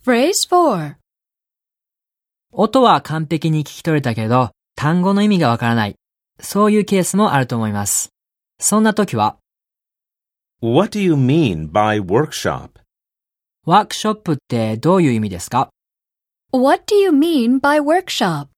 Phrase 4. 音は完璧に聞き取れたけど、単語の意味がわからない。そういうケースもあると思います。そんな時は、 What do you mean by workshop? ワークショップってどういう意味ですか What do you mean by workshop?